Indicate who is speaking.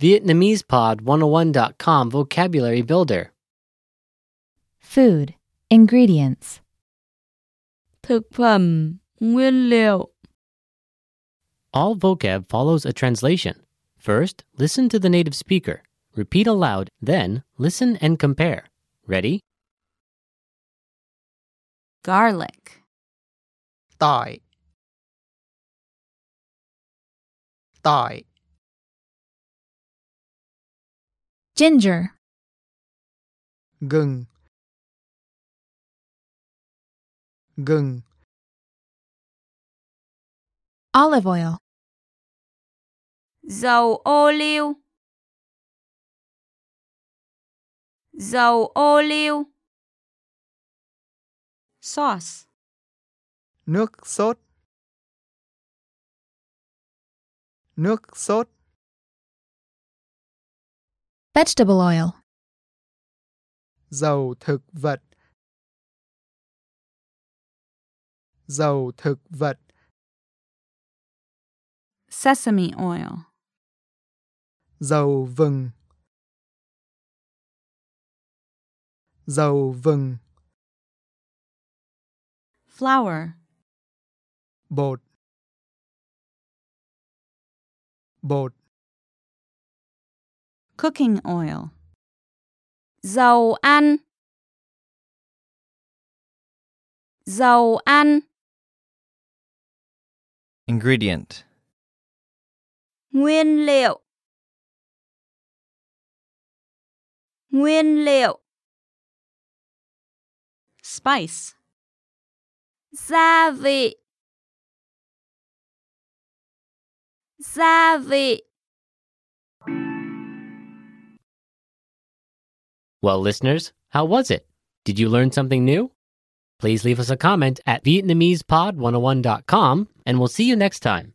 Speaker 1: VietnamesePod101.com Vocabulary Builder.
Speaker 2: Food. Ingredients.
Speaker 3: thực phẩm, nguyên liệu.
Speaker 1: All vocab follows a translation. First, listen to the native speaker. Repeat aloud, then, listen and compare. Ready?
Speaker 3: Garlic,
Speaker 4: tỏi tỏi
Speaker 2: Ginger.
Speaker 4: gừng gừng
Speaker 2: Olive oil.
Speaker 3: dầu ô liu. Dầu ô liu. Sauce,
Speaker 4: nước sốt nước sốt
Speaker 2: Vegetable oil.
Speaker 4: dầu thực vật dầu thực vật
Speaker 3: sesame oil,
Speaker 4: dầu vừng dầu vừng
Speaker 3: flour,
Speaker 4: bột bột
Speaker 3: cooking oil. Dầu ăn. Dầu ăn,
Speaker 5: Ingredient
Speaker 3: nguyên liệu. Nguyên liệu. Spice. Gia vị. Gia vị.
Speaker 1: Well, listeners, how was it? Did you learn something new? oh Please leave us a comment at VietnamesePod101.com, and we'll see you next time.